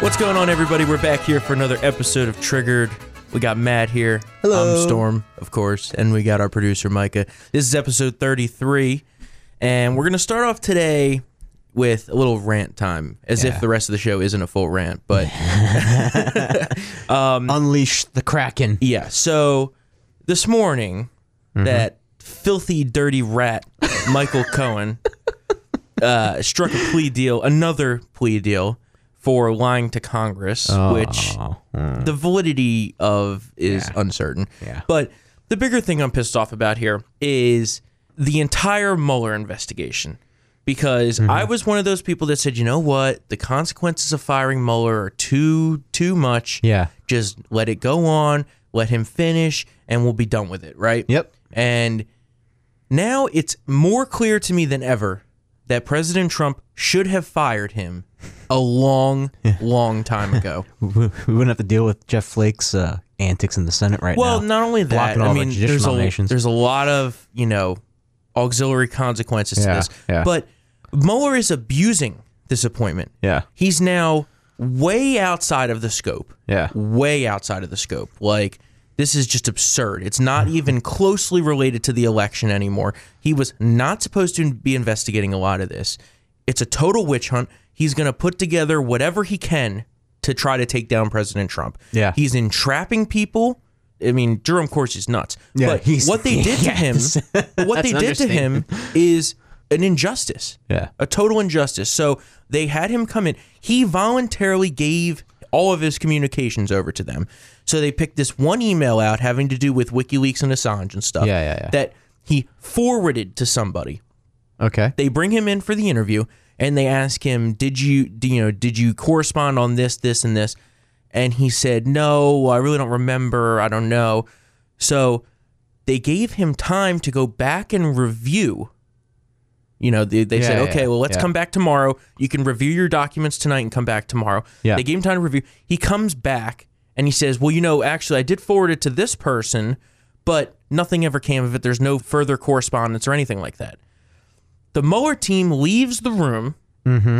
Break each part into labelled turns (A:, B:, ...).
A: What's going on, everybody? We're back here for another episode of Triggered. We got Matt here.
B: Hello.
A: I'm Storm, of course, and we got our producer Micah. This is episode 33, and we're gonna start off today with a little rant time, as if
B: Yeah.
A: the rest of the show isn't a full rant, but.
B: Unleash the Kraken.
A: Yeah. So this morning,
B: Mm-hmm.
A: that filthy, dirty rat, Michael Cohen, uh, struck a plea deal, another plea deal for lying to Congress,
B: Oh.
A: which the validity of is uncertain.
B: Mm. Yeah.
A: But the bigger thing I'm pissed off about here is the entire Mueller investigation. Because
B: Mm-hmm.
A: I was one of those people that said, you know what, the consequences of firing Mueller are too too much
B: Yeah.
A: just let it go on, let him finish, and we'll be done with it, right?
B: Yep.
A: And now it's more clear to me than ever that President Trump should have fired him a long, long time ago.
B: We we wouldn't have to deal with Jeff Flake's uh, antics in the Senate right
A: well,
B: now.
A: not only that,
B: Blocking all
A: I
B: the
A: mean,
B: judicial
A: there's a,
B: nominations.
A: there's a lot of, you know, auxiliary consequences
B: Yeah,
A: to this.
B: yeah.
A: But Mueller is abusing this appointment.
B: Yeah.
A: He's now way outside of the scope.
B: Yeah.
A: Way outside of the scope. Like, this is just absurd. It's not even closely related to the election anymore. He was not supposed to be investigating a lot of this. It's a total witch hunt. He's going to put together whatever he can to try to take down President Trump.
B: Yeah.
A: He's entrapping people. I mean, Durham Corsy's nuts.
B: Yeah,
A: but
B: he's-
A: what they did
B: Yes.
A: to him, what they did
B: That's
A: to him is an injustice
B: Yeah.
A: a total injustice. So they had him come in. He voluntarily gave all of his communications over to them. So they picked this one email out having to do with WikiLeaks and Assange and stuff.
B: Yeah, yeah, yeah.
A: That he forwarded to somebody.
B: Okay.
A: They bring him in for the interview and they ask him, "Did you, do you know, did you correspond on this, this, and this?" And he said, "No, I really don't remember. I don't know." So they gave him time to go back and review. You know, they, they
B: Yeah,
A: said,
B: yeah,
A: "Okay, well, let's
B: yeah.
A: come back tomorrow. You can review your documents tonight and come back tomorrow."
B: Yeah.
A: They gave him time to review. He comes back and he says, "Well, you know, actually, I did forward it to this person, but nothing ever came of it. There's no further correspondence or anything like that." The Mueller team leaves the room,
B: Mm-hmm.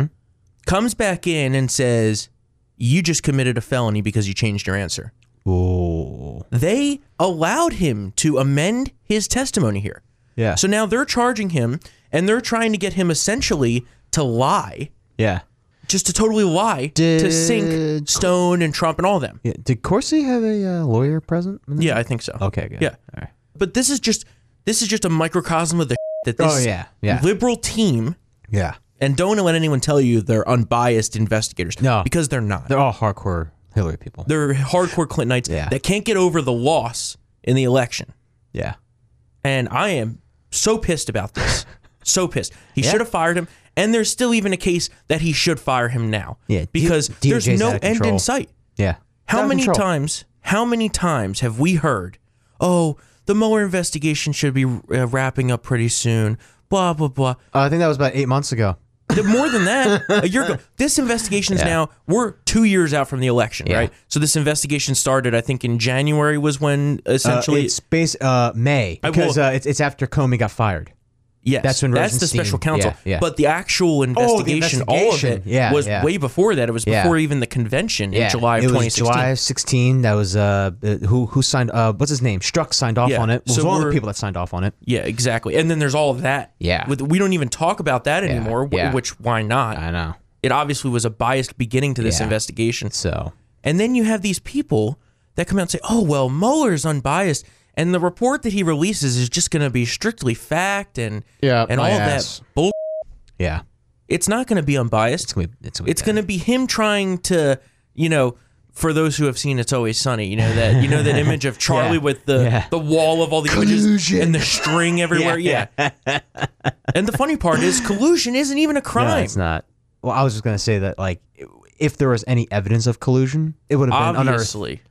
A: comes back in, and says, You just committed a felony because you changed your answer.
B: Ooh.
A: They allowed him to amend his testimony here.
B: Yeah.
A: So now they're charging him and they're trying to get him essentially to lie,
B: yeah.
A: just to totally lie, to sink
B: Did-
A: Stone and Trump and all them.
B: yeah. Did Corsi have a uh, lawyer present?
A: Yeah, I think so.
B: Okay. Good.
A: Yeah.
B: All right.
A: But this is just this is just a microcosm of the that this
B: Oh, yeah, yeah.
A: liberal team
B: Yeah.
A: and don't let anyone tell you they're unbiased investigators.
B: No.
A: because they're not.
B: They're all hardcore Hillary people.
A: They're hardcore Clintonites
B: Yeah.
A: that can't get over the loss in the election.
B: yeah.
A: And I am so pissed about this. so pissed. He should have fired him. And there's still even a case that he should fire him now.
B: Yeah, D-
A: Because there's
B: DOJ's
A: no
B: out of
A: end in
B: control.
A: sight.
B: Yeah. Out
A: How
B: of
A: many
B: control.
A: times? How many times have we heard, "Oh, the Mueller investigation should be uh, wrapping up pretty soon." Blah blah blah.
B: Uh, I think that was about eight months ago. Uh,
A: The- More than that, a year ago. This investigation is now we're two years out from the election,
B: Yeah.
A: right? So this investigation started, I think, in January was when
B: Uh,
A: essentially
B: it's bas- uh, May
A: I
B: because
A: will-
B: uh, it's, it's after Comey got fired.
A: Yes,
B: That's when
A: that's the
B: Rosenstein-
A: special counsel.
B: yeah, yeah.
A: But the actual investigation, all of it,
B: investigation. Yeah,
A: was
B: yeah.
A: way before that. It was
B: Yeah.
A: before even the convention in July of
B: it was
A: 2016.
B: July of 16. That was uh, uh, who who signed uh, what's his name? Struck signed off
A: Yeah,
B: on it. Was
A: so
B: one of the
A: we're-
B: people that signed off on it.
A: Yeah, exactly. And then there's all of that.
B: Yeah.
A: with, we don't even talk about that anymore. wh-
B: yeah.
A: Which why not?
B: I know.
A: It obviously was a biased beginning to this
B: Yeah.
A: investigation.
B: So
A: And then you have these people that come out and say, "Oh well, Mueller's unbiased." And the report that he releases is just going to be strictly fact and
B: Yeah,
A: and all
B: my
A: of
B: ass.
A: that bull.
B: yeah,
A: It's not going to be unbiased.
B: it's gonna be it's gonna. Be
A: it's going to be him trying to, you know, for those who have seen It's Always Sunny, you know that you know that image of Charlie
B: Yeah.
A: with the
B: Yeah.
A: the wall of all the images
B: Collusion.
A: and the string everywhere. Yeah. and the funny part is collusion isn't even a
B: no,
A: crime.
B: it's not. Well, I was just gonna say that like if there was any evidence of collusion, it would have been unearthed.
A: obviously,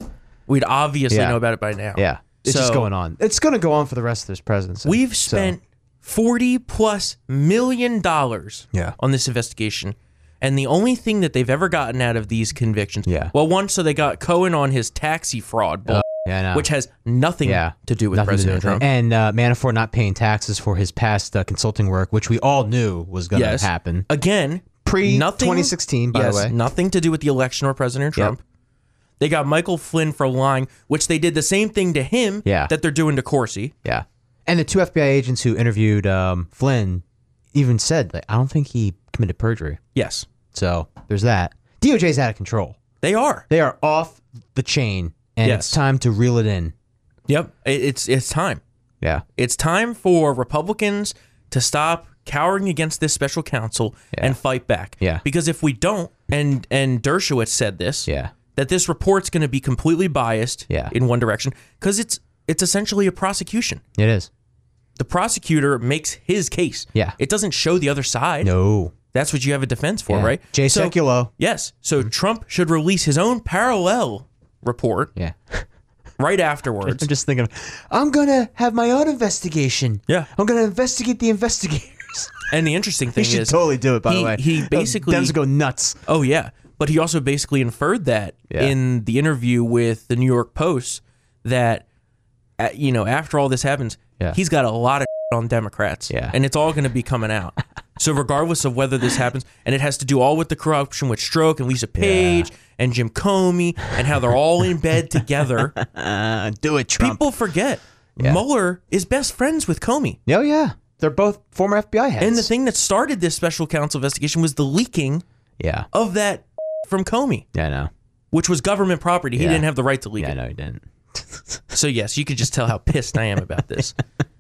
A: we'd obviously
B: Yeah.
A: know about it by now.
B: Yeah, it's just
A: So-
B: going on. It's gonna go on for the rest of this presidency.
A: We've
B: So-
A: spent 40 plus million dollars
B: Yeah.
A: on this investigation. And the only thing that they've ever gotten out of these convictions,
B: Yeah.
A: well, one, so they got Cohen on his taxi fraud, bull,
B: yeah, I know.
A: which has nothing
B: yeah.
A: to do with
B: Nothing to
A: President
B: do with
A: Trump.
B: it. and uh, Manafort not paying taxes for his past uh, consulting work, which we all knew was going to happen.
A: Again,
B: pre
A: Nothing-
B: 2016, by
A: yes,
B: the way.
A: nothing to do with the election or President Trump. They got Michael Flynn for lying, which they did the same thing to him
B: Yeah.
A: that they're doing to Corsi.
B: Yeah. And the two FBI agents who interviewed um, Flynn even said, like, I don't think he committed perjury.
A: Yes,
B: So there's that. DOJ's out of control.
A: they are.
B: They are off the chain, and
A: Yes.
B: it's time to reel it in.
A: Yep, It- it's it's time.
B: Yeah.
A: It's time for Republicans to stop cowering against this special counsel and fight back.
B: Yeah.
A: Because if we don't, and and Dershowitz said this,
B: Yeah.
A: that this report's going to be completely biased
B: Yeah.
A: in one direction because it's it's essentially a prosecution.
B: It is.
A: The prosecutor makes his case.
B: Yeah.
A: It doesn't show the other side.
B: No.
A: That's what you have a defense for, right?
B: Jay Mm-hmm.
A: so,
B: Sekulow.
A: Yes. So Trump should release his own parallel report
B: Yeah.
A: right afterwards.
B: I'm just thinking, I'm going to have my own investigation.
A: Yeah.
B: I'm going to investigate the investigators.
A: and the interesting
B: he
A: thing
B: should
A: is
B: totally do it, by
A: he-
B: the way.
A: He
B: Those
A: basically
B: Dems go nuts.
A: Oh yeah, but he also basically inferred that
B: Yeah.
A: in the interview with the New York Post that uh, you know after all this happens,
B: Yeah.
A: he's got a lot of on Democrats,
B: Yeah.
A: and it's all going to be coming out. so regardless of whether this happens, and it has to do all with the corruption with Stroke and Lisa Page and Jim Comey and how they're all in bed together.
B: Uh, do it, Trump.
A: People forget Mueller is best friends with Comey.
B: Oh, yeah. They're both former FBI heads.
A: And the thing that started this special counsel investigation was the leaking
B: yeah.
A: of that from Comey.
B: Yeah, I know.
A: which was government property. He
B: Yeah.
A: didn't have the right to leak
B: Yeah, I
A: it.
B: know he didn't.
A: So yes, you could just tell how pissed I am about this.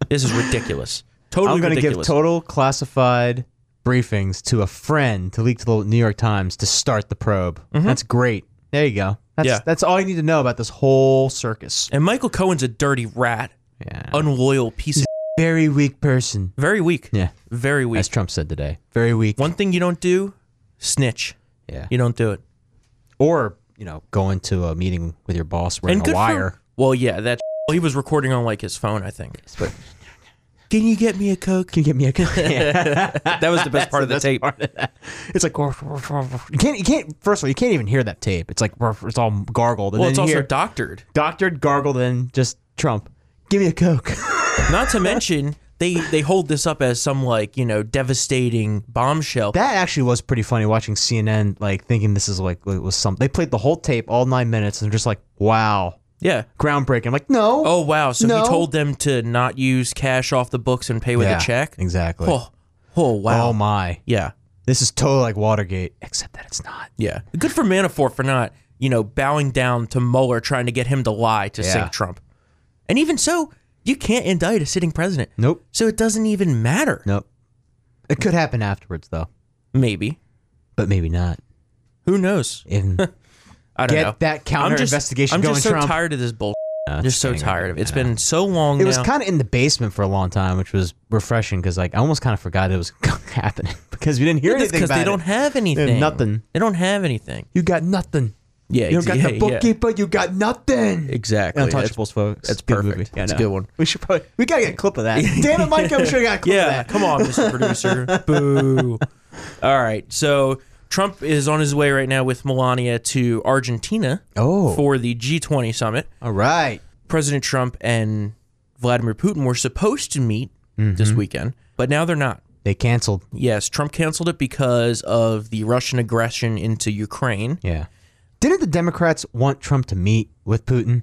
A: this is ridiculous. Totally
B: I'm going to give
A: ridiculous.
B: total classified briefings to a friend to leak to the New York Times to start the probe. That's great. There you go. That's,
A: Mm-hmm. Yeah.
B: that's all you need to know about this whole circus.
A: and Michael Cohen's a dirty rat,
B: Yeah.
A: unloyal piece of
B: Very weak person.
A: very weak.
B: Yeah.
A: Very weak.
B: As Trump said today. Very weak.
A: One thing you don't do, snitch.
B: yeah.
A: You don't do it.
B: or, you know, going to a meeting with your boss wearing
A: and good
B: a
A: for-
B: wire.
A: well, yeah, that he was recording on like his phone, I think.
B: But
A: Can you get me a coke?
B: can you get me a
A: That was the best part of the
B: That's
A: tape.
B: part of that. It's like you can't. You can't. First of all, you can't even hear that tape. It's like it's all gargled. And
A: Well,
B: then
A: it's
B: you
A: also
B: hear
A: doctored.
B: doctored, gargled, and just Trump. Give me a coke.
A: Not to mention they they hold this up as some like you know devastating bombshell.
B: that actually was pretty funny watching CNN. Like thinking this is like it was some. They played the whole tape, all nine minutes, and just like wow,
A: yeah,
B: groundbreaking. I'm like no.
A: Oh wow! So
B: No.
A: he told them to not use cash off the books and pay with
B: Yeah,
A: a check.
B: Exactly.
A: Oh, oh wow!
B: Oh my.
A: yeah,
B: This is totally like Watergate, except that it's not.
A: yeah. Good for Manafort for not, you know, bowing down to Mueller trying to get him to lie to
B: Yeah.
A: sink Trump. And even so, you can't indict a sitting president.
B: Nope.
A: So it doesn't even matter.
B: Nope. It could happen afterwards though,
A: Maybe.
B: but maybe not.
A: Who knows?
B: In
A: I don't
B: get
A: know.
B: that
A: I'm
B: counter
A: just,
B: investigation
A: I'm
B: going,
A: just so
B: Trump.
A: tired of this bull. I'm just so tired of it. It's been so long.
B: It was
A: now.
B: kind of in the basement for a long time, which was refreshing because like I almost kind of forgot it was happening because we didn't hear anything
A: because
B: about
A: they
B: it.
A: don't have anything.
B: nothing.
A: They don't have anything.
B: you got nothing.
A: Yeah.
B: You don't got
A: exa-
B: the
A: yeah,
B: bookkeeper. You got nothing.
A: Exactly. That's-
B: Untouchables, folks.
A: that's
B: Good
A: perfect.
B: movie.
A: That's a
B: I
A: good
B: know.
A: one.
B: We should probably we gotta get a clip of that. Damn it, Mike! I'm sure we got a clip
A: Yeah,
B: of that.
A: come on, Mr. Producer. Boo. All right. So Trump is on his way right now with Melania to Argentina
B: Oh,
A: for the G20 summit.
B: all right.
A: President Trump and Vladimir Putin were supposed to meet this
B: Mm-hmm.
A: weekend, but now they're not.
B: They canceled.
A: Yes, Trump canceled it because of the Russian aggression into Ukraine.
B: Yeah. Didn't the Democrats want Trump to meet with Putin?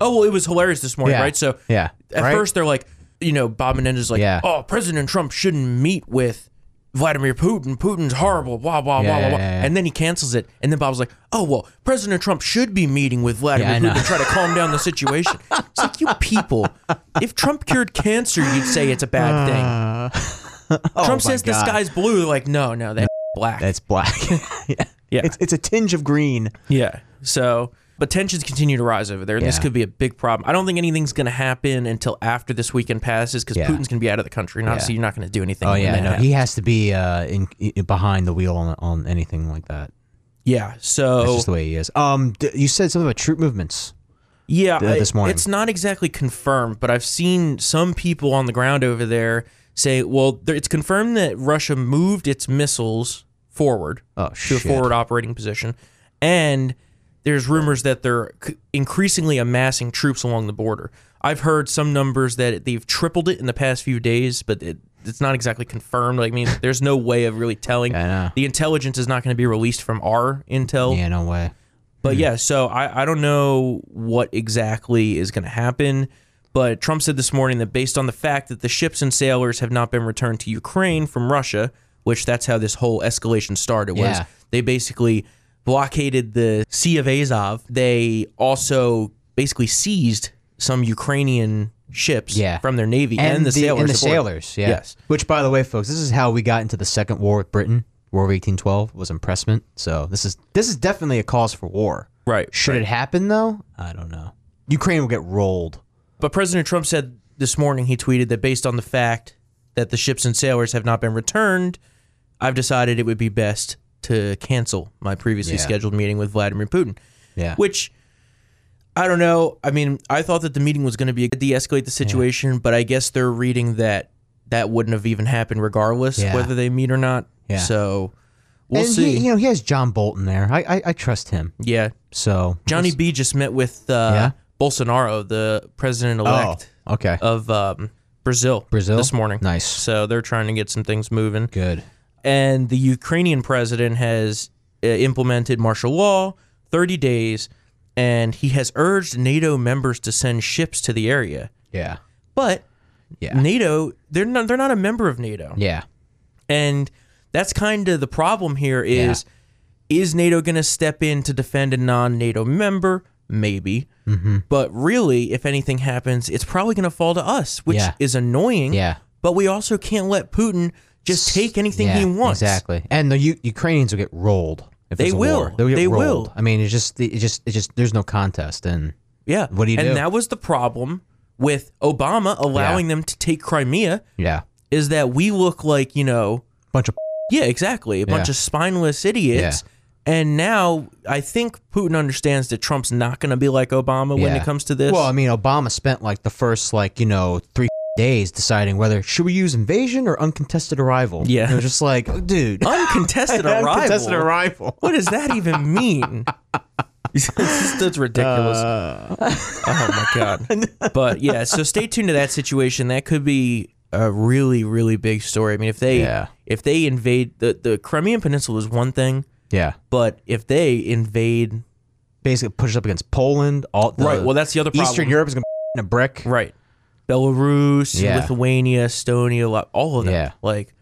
A: Oh, well, it was hilarious this morning,
B: Yeah.
A: right? So
B: Yeah.
A: at
B: right?
A: first they're like, you know, Bob Menendez is like,
B: Yeah.
A: oh, President Trump shouldn't meet with Vladimir Putin. Putin's horrible, blah, blah, blah,
B: Yeah,
A: blah,
B: yeah,
A: blah.
B: yeah, yeah.
A: And then he cancels it. And then Bob's like, oh, well, President Trump should be meeting with Vladimir
B: Yeah, I know.
A: Putin to try to calm down the situation. it's like, you people, if Trump cured cancer, you'd say it's a bad thing.
B: Oh
A: Trump
B: my
A: says the
B: God.
A: sky's blue. They're like, no, no, that's black.
B: That's black. yeah.
A: Yeah.
B: It's it's a tinge of green.
A: Yeah. So, but tensions continue to rise over there. and This
B: Yeah.
A: could be a big problem. I don't think anything's going to happen until after this weekend passes because
B: Yeah.
A: Putin's going to be out of the country. And obviously, you're not going to do anything.
B: Oh
A: when
B: yeah,
A: that
B: no,
A: happens.
B: he has to be uh, in, i behind the wheel on on anything like that.
A: Yeah.
B: That's
A: So
B: just the way he is. Um, d- you said something about troop movements.
A: yeah,
B: th- uh, this
A: it-
B: morning.
A: it's not exactly confirmed, but I've seen some people on the ground over there say, well, there, it's confirmed that Russia moved its missiles forward
B: Oh
A: to a
B: shit!
A: forward operating position, and there's rumors that they're c- increasingly amassing troops along the border. I've heard some numbers that they've tripled it in the past few days, but it, it's not exactly confirmed. Like, I mean, there's no way of really telling.
B: I know.
A: The intelligence is not going to be released from our intel.
B: Yeah, no way.
A: But yeah, so I, I don't know what exactly is going to happen. But Trump said this morning that based on the fact that the ships and sailors have not been returned to Ukraine from Russia, which that's how this whole escalation started, was
B: Yeah.
A: they basically blockaded the Sea of Azov. They also basically seized some Ukrainian ships
B: Yeah.
A: from their navy and, the, sailors.
B: and the
A: aboard.
B: sailors, yeah.
A: Yes.
B: Which, by the way, folks, this is how we got into the Second War with Britain. War of eighteen twelve was impressment. So this is this is definitely a cause for war.
A: Right.
B: Should it happen though? I don't know. Ukraine will get rolled.
A: But President Trump said this morning he tweeted that based on the fact that the ships and sailors have not been returned, I've decided it would be best to cancel my previously
B: Yeah.
A: scheduled meeting with Vladimir Putin.
B: Yeah.
A: Which I don't know. I mean, I thought that the meeting was going to be de-escalate the situation, but I guess they're reading that that wouldn't have even happened regardless
B: Yeah.
A: whether they meet or not.
B: Yeah.
A: So we'll
B: and
A: see.
B: He, you know, he has John Bolton there. I I, I trust him.
A: yeah.
B: So
A: Johnny B just met with uh,
B: Yeah?
A: Bolsonaro, the president
B: Oh,
A: elect
B: okay.
A: of um, Brazil,
B: Brazil?
A: this morning.
B: nice.
A: So they're trying to get some things moving.
B: Good.
A: And the Ukrainian president has uh, implemented martial law, 30 days, and he has urged NATO members to send ships to the area.
B: Yeah.
A: But
B: Yeah.
A: NATO, they're not, they're not a member of NATO.
B: Yeah.
A: And that's kind of the problem here is is NATO going to step in to defend a non-NATO member? Maybe.
B: Mm-hmm.
A: But really, if anything happens, it's probably going to fall to us, which
B: Yeah.
A: is annoying.
B: Yeah.
A: But we also can't let Putin just take anything
B: Yeah,
A: he wants.
B: Exactly. And the U- Ukrainians will get rolled. If
A: They
B: there's a
A: will.
B: war. They'll get
A: They
B: rolled.
A: will.
B: I mean, it's just it just it just there's no contest and
A: Yeah.
B: What do you
A: and
B: do?
A: that was the problem with Obama allowing them to take Crimea
B: yeah,
A: is that we look like, you know,
B: bunch of
A: Yeah, exactly. A bunch
B: Yeah.
A: of spineless idiots. And now I think Putin understands that Trump's not going to be like Obama when
B: Yeah.
A: it comes to this.
B: Well, I mean, Obama spent like the first like you know three days deciding whether should we use invasion or uncontested arrival.
A: Yeah.
B: And it was just like dude,
A: uncontested arrival.
B: uncontested arrival.
A: What does that even mean? It's just- That's ridiculous. oh my god! But yeah, so stay tuned to that situation. That could be a really, really big story. I mean, if they
B: Yeah.
A: if they invade the the Crimean Peninsula is one thing,
B: Yeah,
A: but if they invade
B: basically pushed up against Poland. All the
A: right, well, that's the other problem.
B: Eastern Europe is gonna be in a brick.
A: Right. Belarus,
B: Yeah.
A: Lithuania, Estonia, lo- all of them.
B: Yeah.
A: Like,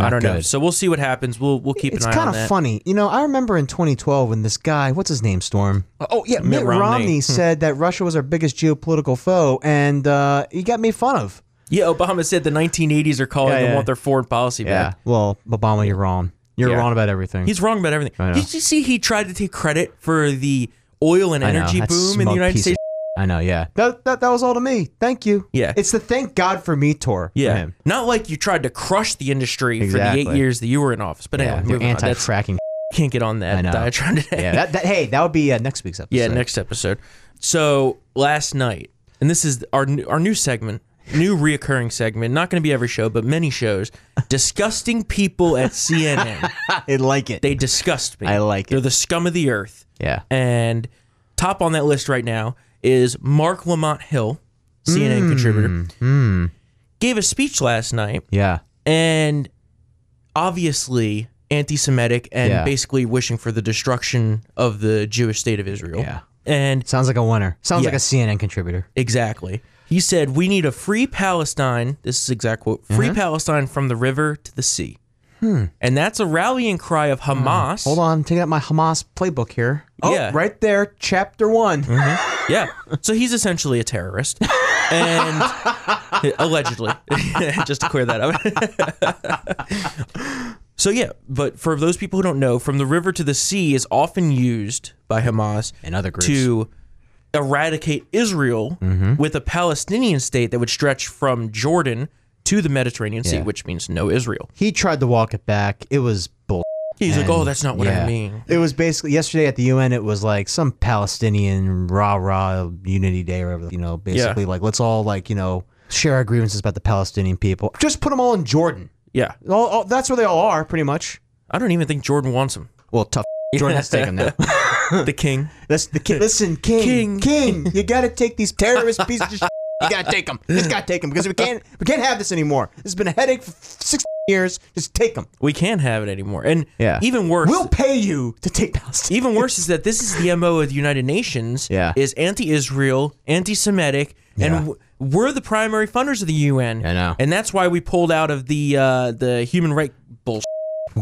A: I don't know.
B: good.
A: So we'll see what happens. We'll we'll keep
B: It's
A: an eye
B: kind
A: on
B: of
A: that.
B: funny, you know. I remember in 2012 when this guy, what's his name, Storm? Oh yeah, Mitt,
A: Romney. Hmm.
B: Romney, said that Russia was our biggest geopolitical foe, and uh, he got made fun of.
A: Yeah, Obama said the 1980s are calling
B: Yeah,
A: them
B: yeah.
A: want their foreign policy back.
B: Well, Obama, you're wrong. You're
A: Yeah.
B: wrong about everything.
A: He's wrong about everything.
B: know.
A: Did you see he tried to take credit for the oil and
B: I know,
A: energy
B: that
A: boom in the
B: smug
A: United
B: piece of
A: States?
B: I know, yeah. That, that that was all to me. Thank you.
A: Yeah.
B: It's the thank God for me tour. for
A: Yeah.
B: him.
A: Not like you tried to crush the industry for the
B: Exactly.
A: eight years that you were in office. But
B: Yeah.
A: anyway,
B: You're
A: Oh, moving on.
B: anti
A: That's,
B: fracking.
A: can't get on that
B: know.
A: diatribe today.
B: Yeah. That, that hey, that would be uh, next week's episode.
A: Yeah, next episode. So last night, and this is our new- our new segment, new reoccurring segment. Not going to be every show, but many shows. Disgusting people at CNN.
B: I like it.
A: They disgust me.
B: I like it.
A: They're the scum of the earth.
B: yeah.
A: And top on that list right now is Mark Lamont Hill, CNN
B: Hmm.
A: contributor. Gave a speech last night
B: Yeah.
A: and obviously anti-Semitic and
B: Yeah.
A: basically wishing for the destruction of the Jewish state of Israel.
B: Yeah.
A: And
B: Sounds like a winner. Sounds
A: Yeah.
B: like a CNN contributor.
A: Exactly. He said, We need a free Palestine. This is exact quote free
B: Mm-hmm.
A: Palestine from the river to the sea. And that's a rallying cry of Hamas.
B: Hmm. Hold on, I'm taking out my Hamas playbook here. Oh,
A: Yeah.
B: right there, chapter one.
A: Yeah. So he's essentially a terrorist. And allegedly, just to clear that up. so, yeah, but for those people who don't know, from the river to the sea is often used by Hamas
B: And other groups. Mm-hmm.
A: to eradicate Israel with a Palestinian state that would stretch from Jordan to the Mediterranean Sea,
B: Yeah.
A: which means no Israel.
B: He tried to walk it back. It was bull.
A: He's like,
B: And-
A: oh, that's not what
B: yeah.
A: I mean.
B: It was basically yesterday at the UN. It was like some Palestinian rah rah unity day or whatever. You know, basically like let's all like you know share our grievances about the Palestinian people. Just put them all in Jordan.
A: Yeah.
B: All, all, that's where they all are, pretty much.
A: I don't even think Jordan wants him.
B: Well, tough. Jordan has to take them now.
A: the king.
B: That's the king. Listen, king, king, you gotta take these terrorist pieces of shit. You gotta take them. Just gotta take them because we can't, we can't have this anymore. This has been a headache for six years. Just take them.
A: We can't have it anymore. And
B: Yeah.
A: even worse,
B: We'll pay you to take Palestine.
A: even worse is that this is the mo of the United Nations.
B: Yeah.
A: is anti-Israel, anti-Semitic, and
B: Yeah.
A: w- we're the primary funders of the UN.
B: I know.
A: and that's why we pulled out of the uh, the human right bullshit.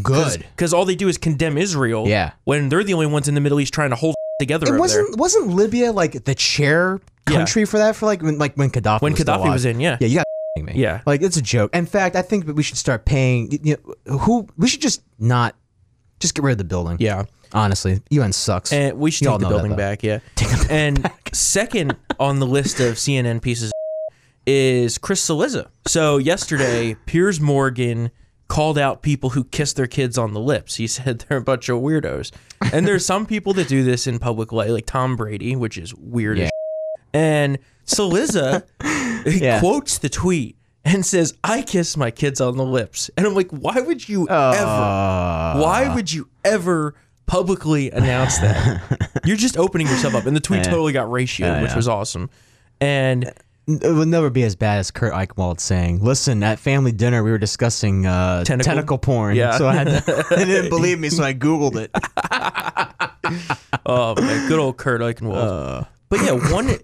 B: Good.
A: Because all they do is condemn Israel.
B: Yeah.
A: when they're the only ones in the Middle East trying to hold together.
B: It
A: over
B: wasn't
A: there.
B: wasn't Libya like the chair
A: Yeah.
B: country for that for like when like when Gaddafi
A: when
B: was still
A: Gaddafi
B: alive?
A: was in. Yeah,
B: Yeah, you got me.
A: Yeah.
B: like it's a joke. In fact, I think that we should start paying. You know, who we should just not just get rid of the building.
A: yeah.
B: honestly, UN sucks.
A: And we should
B: You all
A: take the
B: know
A: building
B: that, though.
A: back, yeah. and second on the list of CNN pieces is Chris Saliza. So yesterday, Piers Morgan called out people who kiss their kids on the lips. He said they're a bunch of weirdos. And there's some people that do this in public life, like Tom Brady, which is weird as
B: Yeah.
A: And Saliza he
B: Yeah.
A: quotes the tweet and says, I kiss my kids on the lips. And I'm like, why would you ever
B: Uh,
A: why would you ever publicly announce that? You're just opening yourself up. And the tweet totally got ratioed,
B: Oh,
A: which was awesome. And
B: it would never be as bad as Kurt Eichwald saying, "Listen, at family dinner we were discussing uh,
A: Tentacle?
B: tentacle? porn."
A: Yeah.
B: so I had to, they didn't believe me, so I googled it.
A: oh man, good old Kurt
B: Uh.
A: Eichenwald. but yeah, one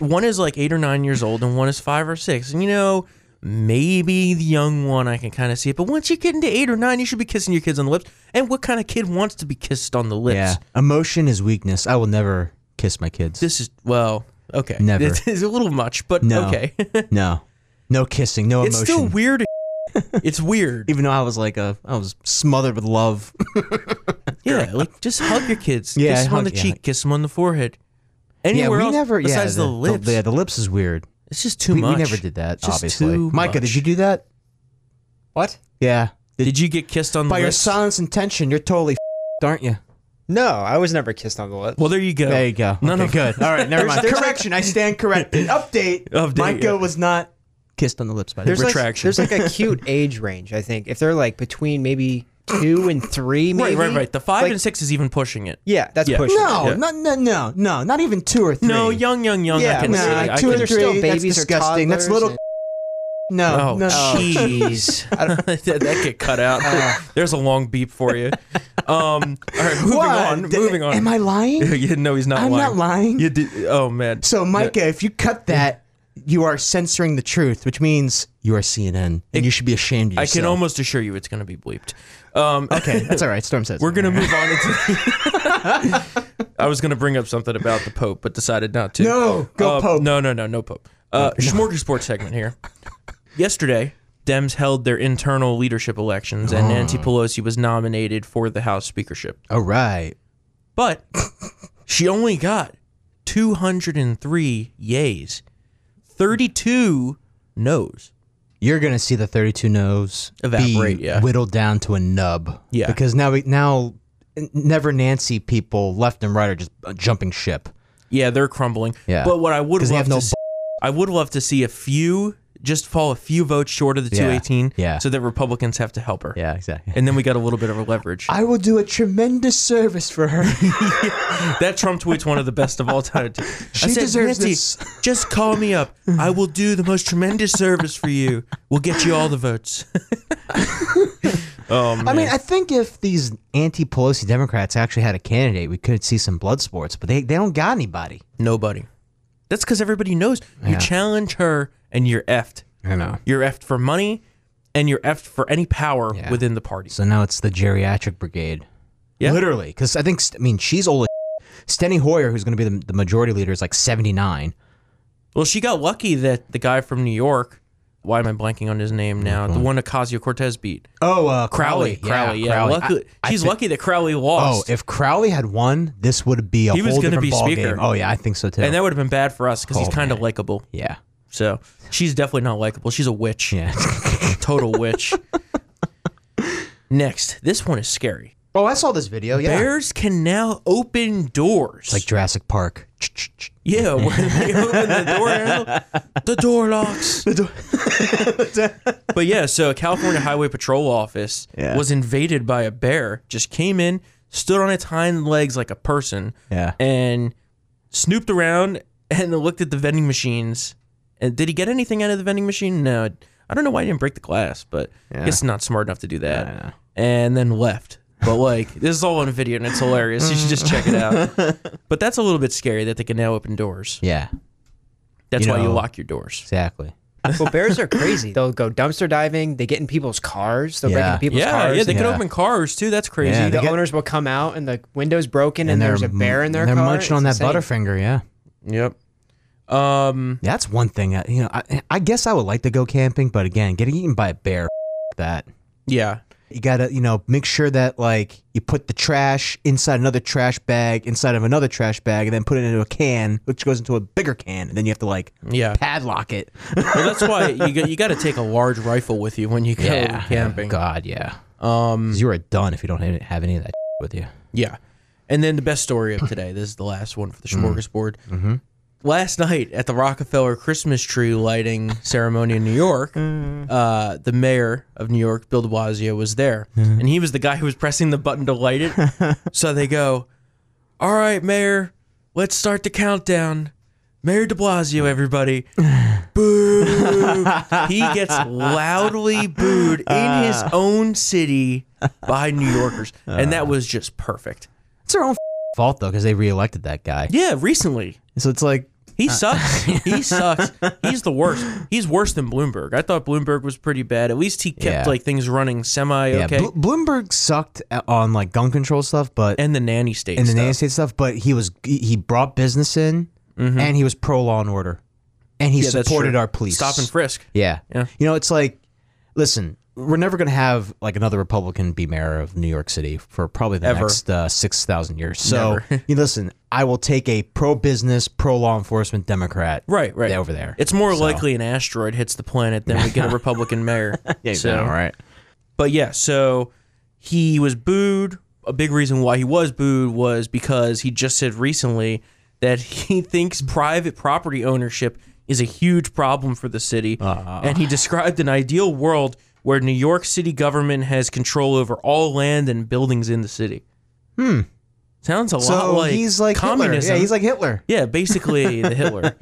A: one is like eight or nine years old, and one is five or six. And you know, maybe the young one I can kind of see it, but once you get into eight or nine, you should be kissing your kids on the lips. And what kind of kid wants to be kissed on the lips?
B: Yeah, emotion is weakness. I will never kiss my kids.
A: This is well, okay,
B: Never.
A: It is a little much, but
B: No.
A: okay.
B: no, no kissing, no
A: it's
B: emotion.
A: still weird. as It's weird.
B: even though I was like a, I was smothered with love.
A: Yeah, like just hug your kids.
B: Yeah,
A: kiss them on
B: hug-
A: the
B: yeah.
A: cheek, kiss them on the forehead. Anywhere else besides the, lips,
B: yeah, the lips is weird.
A: it's just too
B: We, we
A: much.
B: never did that.
A: Just
B: obviously,
A: too
B: Micah,
A: much.
B: did you do that?
C: What?
B: Yeah. Did,
A: Did you get kissed on the
B: by your
A: lips?
B: silence and tension, you're totally, f***ed, aren't you?
C: No, I was never kissed on the lips.
A: Well, there you go.
B: There you go.
A: None
B: okay,
A: of-
B: good. All right, never mind.
C: there's
B: Correction, I stand corrected. Update.
A: Update,
B: Micah
A: yeah.
B: was not kissed on the lips by the
C: there's
B: way.
C: like,
A: retraction.
C: There's like a cute age range. I think if they're like between maybe two and three,
A: Right,
C: maybe.
A: right, right. The five
C: Like-
A: and six is even pushing it.
C: Yeah, that's
A: Yeah.
C: pushing.
B: no,
A: Yeah.
B: not, no, no, no, not even two or three.
A: No, young, young, young. I
C: Yeah,
A: can
C: no,
A: see.
C: like
A: I
B: two
A: can
B: or
C: There's
B: three.
C: still
B: that's
C: babies or
B: disgusting. that's little.
C: toddlers
B: No,
A: Oh,
B: no.
A: jeez. that, that get cut out.
B: Uh.
A: There's a long beep for you. Um, all right, moving
B: What?
A: on. Moving on.
B: Am I lying?
A: you know he's not
B: I'm
A: lying.
B: not lying.
A: You did, oh, man.
B: So, Micah, if you cut that, you are censoring the truth, which means you are CNN, and you should be ashamed of
A: I
B: yourself.
A: can almost assure you it's going to be bleeped. Um,
B: Okay, that's all right. Storm says
A: We're gonna move on into. I was gonna bring up something about the Pope, but decided not to.
B: No, go
A: Uh,
B: Pope.
A: No, no, no, no Pope. Uh, Smorgasbord segment here. Yesterday, Dems held their internal leadership elections, and Nancy
B: Ah.
A: Pelosi was nominated for the House speakership,
B: All right.
A: but she only got 203 yays, 32 nos.
B: You're gonna see the 32 no's be
A: Evaporate, yeah.
B: whittled down to a nub.
A: Yeah.
B: Because now we now n- never Nancy people left and right are just uh, jumping ship.
A: Yeah, they're crumbling.
B: Yeah.
A: But what I would love
B: 'Cause they have
A: to
B: no
A: see, I would love to see a few just fall a few votes short of the
B: Yeah.
A: 218
B: Yeah.
A: so that Republicans have to help her.
B: Yeah, Ah. exactly.
A: And then we got a little bit of a leverage.
B: I will do a tremendous service for her.
A: that Trump tweet's one of the best of all time. Too. I
B: She deserves this."
A: Just call me up. I will do the most tremendous service for you. We'll get you all the votes. um,
B: I mean, I think if these anti-Pelosi Democrats actually had a candidate, we could see some blood sports. But they, they don't got anybody.
A: nobody. That's because everybody knows you challenge her and you're effed.
B: I know.
A: You're effed for money, and you're effed for any power
B: Yeah.
A: within the party.
B: So now it's the geriatric brigade.
A: Yeah.
B: Literally. Because I think, st- I mean, she's old as shit. Steny Hoyer, who's going to be the, the majority leader, is like 79.
A: Well, she got lucky that the guy from New York, why am I blanking on his name now?
B: Mm-hmm.
A: The one Ocasio Cortez beat.
B: Oh, uh,
A: Crowley. Crowley, yeah. Lucky,
B: I- I
A: she's
B: thi-
A: lucky that Crowley
B: Oh,
A: lost.
B: if Crowley had won, this would be a
A: He was
B: whole
A: gonna
B: different
A: be
B: ball
A: speaker.
B: game. Oh, yeah, I think so too.
A: and that would have been bad for us because he's
B: Oh,
A: kind of likable.
B: yeah.
A: So she's definitely not likable. She's a witch.
B: Yeah.
A: Total witch. Next, this one is scary.
B: oh, I saw this video. Yeah.
A: Bears can now open doors.
B: Like Jurassic Park.
A: yeah, when they open the door, handle, the door locks. But yeah, so a California Highway Patrol office
B: Yeah.
A: was invaded by a bear. Just came in, stood on its hind legs like a person,
B: Yeah.
A: and snooped around and looked at the vending machines. And did he get anything out of the vending machine? No. I don't know why he didn't break the glass, but I guess not smart enough to do that.
B: I know.
A: And then left. But like this is all on video and it's hilarious. You should just check it out. But that's a little bit scary that they can now open doors.
B: Yeah.
A: That's
B: You
A: why you
B: know-
A: lock your doors.
B: Exactly.
C: well, bears are crazy. They'll go dumpster diving. They get in people's cars. They'll
B: Yeah.
C: break in people's
A: Yeah,
C: cars.
A: yeah, they can
B: Yeah.
A: open cars too. That's crazy.
B: Yeah,
C: the
B: they get-
C: owners will come out and the window's broken and, there's a bear in their
B: They're
C: car.
B: munching on that
C: It's insane.
B: butterfinger. Yeah.
A: Yep. Um
B: That's one thing. I, you know, I, I guess I would like to go camping, but again, getting eaten by a bear, f- that
A: yeah.
B: you gotta, you know, make sure that like you put the trash inside another trash bag, inside of another trash bag, and then put it into a can, which goes into a bigger can, and then you have to like
A: Yeah.
B: padlock it.
A: Well, that's why you got, you got to take a large rifle with you when you go camping.
B: God, yeah.
A: Um
B: 'Cause you are done if you don't have have any of that shit with you.
A: yeah. And then the best story of today. This is the last one for the smorgasbord. Last night at the Rockefeller Christmas tree lighting ceremony in New York, uh, the mayor of New York, Bill de Blasio, was there. And he was the guy who was pressing the button to light it. so they go, All right, Mayor, let's start the countdown. Mayor de Blasio, everybody. Boo. he gets loudly booed in his own city by New Yorkers. And that was just perfect.
B: It's their own f- fault though, because they reelected that guy.
A: Yeah, recently.
B: So it's like,
A: He sucks. he sucks. He's the worst. He's worse than Bloomberg. I thought Bloomberg was pretty bad. At least he kept
B: Yeah.
A: like things running semi
B: yeah,
A: okay.
B: Bl- Bloomberg sucked a- on like gun control stuff, but
A: and the nanny state.
B: and the
A: stuff.
B: nanny state stuff, but he was he- he brought business in, and he was pro law and order, and he
A: Yeah, that's
B: supported
A: true.
B: our police.
A: Stop and frisk.
B: yeah.
A: Yeah.
B: you know, it's like, listen, we're never gonna have like another Republican be mayor of New York City for probably the
A: Ever.
B: next uh, six thousand years. So,
A: Never.
B: you listen, I will take a pro business, pro law enforcement Democrat,
A: Right, right.
B: over there.
A: It's more
B: So-
A: likely an asteroid hits the planet than we get a Republican mayor.
B: yeah,
A: So-
B: all right.
A: But yeah, so he was booed. A big reason why he was booed was because he just said recently that he thinks private property ownership is a huge problem for the city.
B: Ah.
A: And he described an ideal world where New York City government has control over all land and buildings in the city. Hmm. Sounds a lot
B: So
A: like
B: he's like
A: communism.
B: Hitler. Yeah, he's like Hitler.
A: Yeah, basically the Hitler.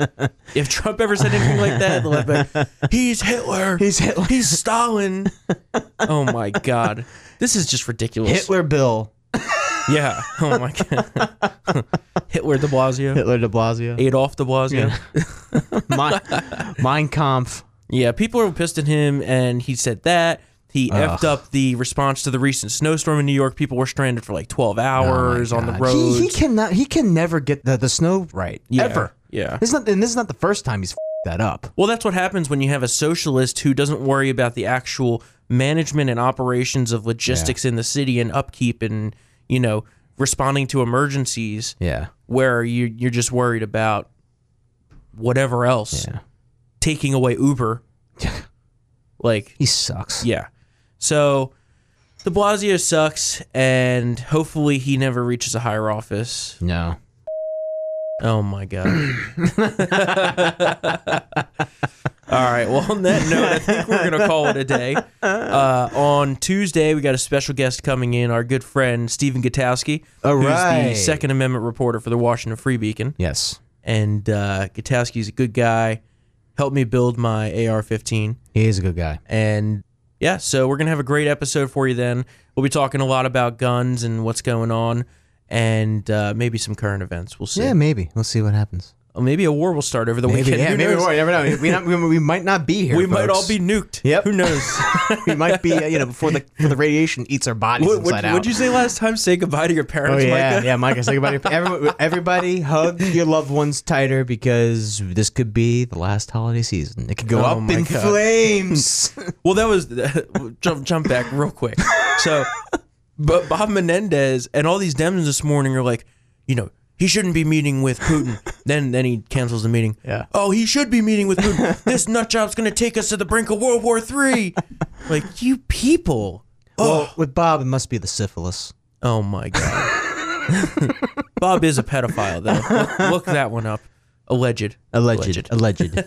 A: if Trump ever said anything like that, they'll have been, he's Hitler.
B: He's Hitler.
A: He's Stalin. oh my God, this is just ridiculous.
B: Hitler Bill.
A: Yeah. Oh my God. Hitler De Blasio,
B: Hitler De Blasio.
A: Adolf De Blasio. Yeah.
B: mein, mein Kampf.
A: people are pissed at him, and he said that. He effed up the response to the recent snowstorm in New York. People were stranded for like 12 hours on the
B: Oh God. He,
A: roads.
B: he cannot. He can never get the, the snow right
A: yeah.
B: ever.
A: Yeah.
B: This is not, and this is not the first time he's f- that up.
A: Well, that's what happens when you have a socialist who doesn't worry about the actual management and operations of logistics in the city and upkeep and, you know, responding to emergencies
B: Yeah.
A: where you you're just worried about whatever else.
B: Yeah.
A: Taking away Uber. like,
B: He sucks.
A: yeah. So De Blasio sucks and hopefully he never reaches a higher office.
B: No.
A: Oh my god. All right. Well, on that note, I think we're gonna call it a day. Uh, on Tuesday, we got a special guest coming in, our good friend Stephen Gutowski,
B: All
A: who's the
B: right.
A: Second Amendment reporter for the Washington Free Beacon.
B: Yes.
A: And uh, Gutowski's a good guy. Helped me build my AR-15.
B: He is a good guy.
A: And yeah, so we're going to have a great episode for you then. We'll be talking a lot about guns and what's going on and uh, maybe some current events. We'll see.
B: Yeah. Maybe. Let's see what happens.
A: Well, maybe a war will start over the weekend. Who knows?
B: You never know. We, not, we, we might not be here.
A: We might all
B: folks.
A: be nuked.
B: Yep.
A: Who knows?
B: we might be. uh, You know, before the before the radiation eats our bodies
A: what
B: inside out.
A: would you say last time? Say goodbye to your
B: Oh
A: parents,
B: yeah,
A: Micah.
B: yeah, Micah. Say goodbye. to- Everyone, everybody, hug your loved ones tighter because this could be the last holiday season. It could go
A: Oh,
B: up
A: my
B: in
A: God.
B: flames.
A: Well, that was jump jump back real quick. So, but Bob Menendez and all these Dems this morning are like, you know, he shouldn't be meeting with Putin. then then he cancels the meeting.
B: Yeah.
A: Oh, he should be meeting with Putin. this nut job's gonna take us to the brink of World War III. like you people.
B: Well, with Bob, it must be the syphilis.
A: Oh my god. Bob is a pedophile though. Look, look that one up. Alleged.
B: Alleged. Alleged.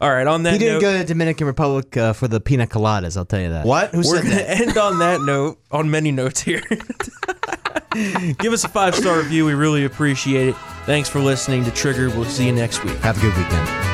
A: All right, on that
B: he didn't
A: note,
B: go to the Dominican Republic uh, for the pina coladas, I'll tell you that. What? Who
A: we're
B: said
A: going to
B: that?
A: end on that note, on many notes here. Give us a five star review. We really appreciate it. Thanks for listening to Trigger. We'll see you next week.
B: Have a good weekend.